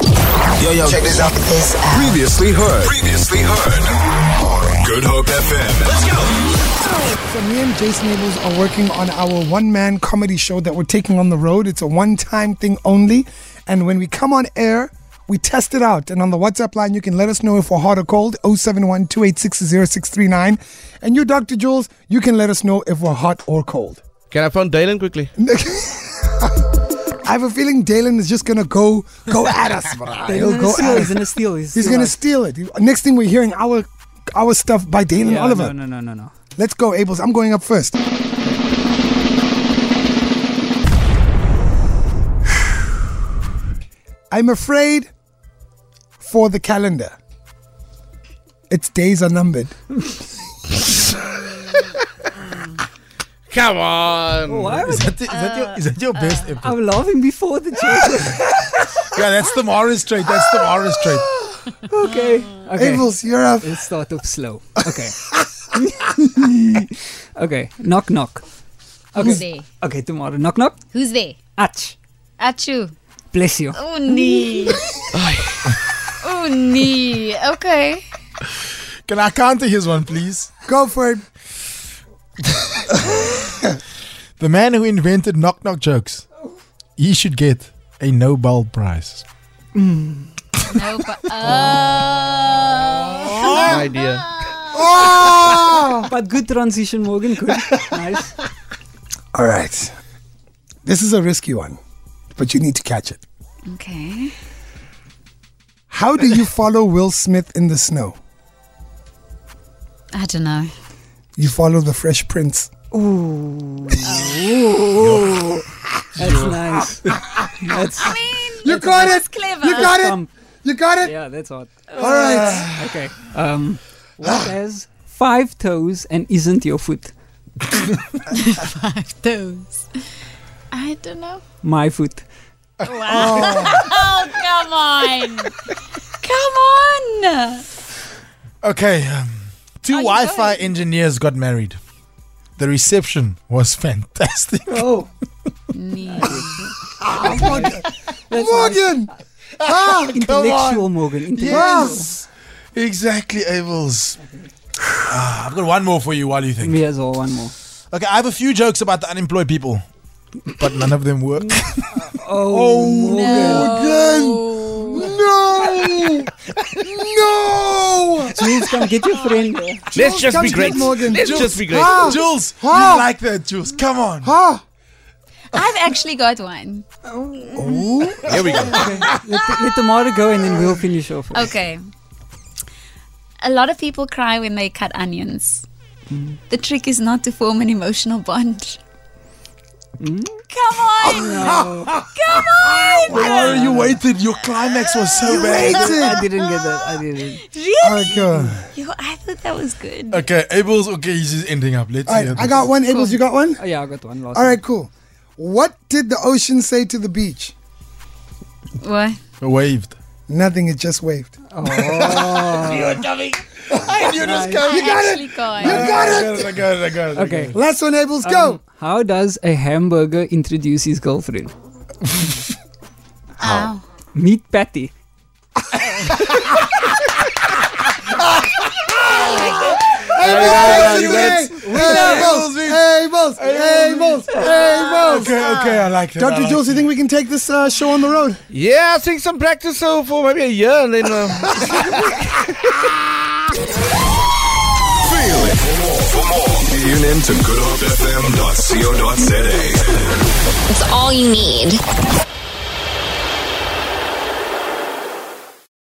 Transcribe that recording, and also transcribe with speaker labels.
Speaker 1: Yo, yo, check this out.
Speaker 2: This app.
Speaker 3: Previously heard.
Speaker 1: Previously heard. Good Hope FM. Let's go.
Speaker 4: So me and Jason Abels are working on our one-man comedy show that we're taking on the road. It's a one-time thing only, and when we come on air, we test it out. And on the WhatsApp line, you can let us know if we're hot or cold. 0712860639. And you, Dr. Jules, you can let us know if we're hot or cold.
Speaker 5: Can I phone Dylan quickly?
Speaker 4: I have a feeling Dalen is just gonna go go at us. bruh. He'll
Speaker 6: gonna
Speaker 4: go
Speaker 6: steal,
Speaker 4: at
Speaker 6: he's
Speaker 4: us.
Speaker 6: gonna steal, he's
Speaker 4: He's
Speaker 6: steal
Speaker 4: gonna
Speaker 6: us.
Speaker 4: steal it. Next thing we're hearing our our stuff by Dalen
Speaker 6: Yeah,
Speaker 4: Oliver.
Speaker 6: No, no, no, no, no.
Speaker 4: Let's go, Abels. I'm going up first. I'm afraid for the calendar. Its days are numbered.
Speaker 5: Come on.
Speaker 4: Oh,
Speaker 6: Why Oh, was
Speaker 7: Is that your, is that your best impression?
Speaker 6: I'm laughing before the joke?
Speaker 7: Yeah, that's the Morris trait. That's the Morris trait.
Speaker 6: okay. Okay.
Speaker 4: Abels, you're up.
Speaker 6: Let's start off slow. Okay. okay. Knock knock.
Speaker 8: Who's there?
Speaker 6: Okay, tomorrow. Knock knock.
Speaker 8: Who's there?
Speaker 6: Ach.
Speaker 8: Achu.
Speaker 6: Bless you.
Speaker 8: Oh nee. oh nee. Okay.
Speaker 7: Can I counter his one, please?
Speaker 4: Go for it.
Speaker 7: The man who invented knock knock jokes, he should get a Nobel Prize.
Speaker 8: No, but oh.
Speaker 5: My dear.
Speaker 4: Ah,
Speaker 6: But good transition, Morgan. Good. Nice.
Speaker 4: All right. This is a risky one, but you need to catch it.
Speaker 8: Okay.
Speaker 4: How do you follow Will Smith in the snow?
Speaker 8: I don't know.
Speaker 4: You follow the Fresh Prince.
Speaker 6: That's nice. That's
Speaker 4: You got
Speaker 8: That's
Speaker 4: it.
Speaker 8: clever.
Speaker 4: You got it.
Speaker 6: Thump.
Speaker 4: You got it.
Speaker 6: yeah, that's hot.
Speaker 4: All right.
Speaker 6: Okay. Um what has five toes and isn't your foot?
Speaker 8: Those. I don't know.
Speaker 6: My foot.
Speaker 8: Oh come on. come on.
Speaker 7: Okay, um, two
Speaker 8: Are you
Speaker 7: Wi Fi engineers got married. The reception was fantastic.
Speaker 6: Oh.
Speaker 8: Nee.
Speaker 4: Morgan.
Speaker 7: Ah,
Speaker 6: Intellectual Morgan. Intellectual.
Speaker 7: Yes! Exactly, Abels. Ah, I've got one more for you. What do you think?
Speaker 6: Me as well, one more.
Speaker 7: Okay, I have a few jokes about the unemployed people, but none of them work.
Speaker 6: Oh,
Speaker 4: No. no.
Speaker 6: Jules, come get your friend.
Speaker 5: Let's just
Speaker 4: come
Speaker 5: be
Speaker 4: to
Speaker 5: great.
Speaker 4: it, Morgan.
Speaker 5: Let's
Speaker 4: Jules,
Speaker 5: just be great.
Speaker 4: ah.
Speaker 7: Jules,
Speaker 4: Huh?
Speaker 7: you like that, Jules. Come on.
Speaker 4: Ah.
Speaker 8: I've actually got one.
Speaker 5: Here we go.
Speaker 6: Let, let tomorrow go and then we'll finish off.
Speaker 8: Okay. A lot of people cry when they cut onions. The trick is not to form an emotional bond. Come on! Come on!
Speaker 7: Oh, you waited. Your climax was so bad.
Speaker 4: Oh
Speaker 6: I didn't get that. I didn't.
Speaker 8: Really?
Speaker 4: Okay.
Speaker 8: Yo, I thought that was good.
Speaker 7: Okay, Abel's okay. He's just ending up. Let's
Speaker 4: All
Speaker 7: hear
Speaker 4: right. I got one. Abels, you got one.
Speaker 6: Oh, yeah, I got one last.
Speaker 4: All right. Cool. What did the ocean say to the beach?
Speaker 8: What?
Speaker 7: waved.
Speaker 4: Nothing. It just waved.
Speaker 8: I actually got
Speaker 4: You got it.
Speaker 7: I got it. I got it.
Speaker 6: one. Okay.
Speaker 4: Last one, Abels. Go.
Speaker 6: Um, how does a hamburger introduce his girlfriend?
Speaker 8: Ow.
Speaker 6: Meat patty.
Speaker 4: Abels.
Speaker 7: you
Speaker 4: Abels. Abels. Abels. Abels.
Speaker 7: Okay, okay, I like that. I
Speaker 4: Dr.
Speaker 7: like
Speaker 4: Jules, you think we can take this uh, show on the road?
Speaker 5: Yeah, I think some practice so for maybe a year and then. Uh,
Speaker 1: Feel it. For more, tune in to goodhopefm.co.za.
Speaker 2: It's all you need.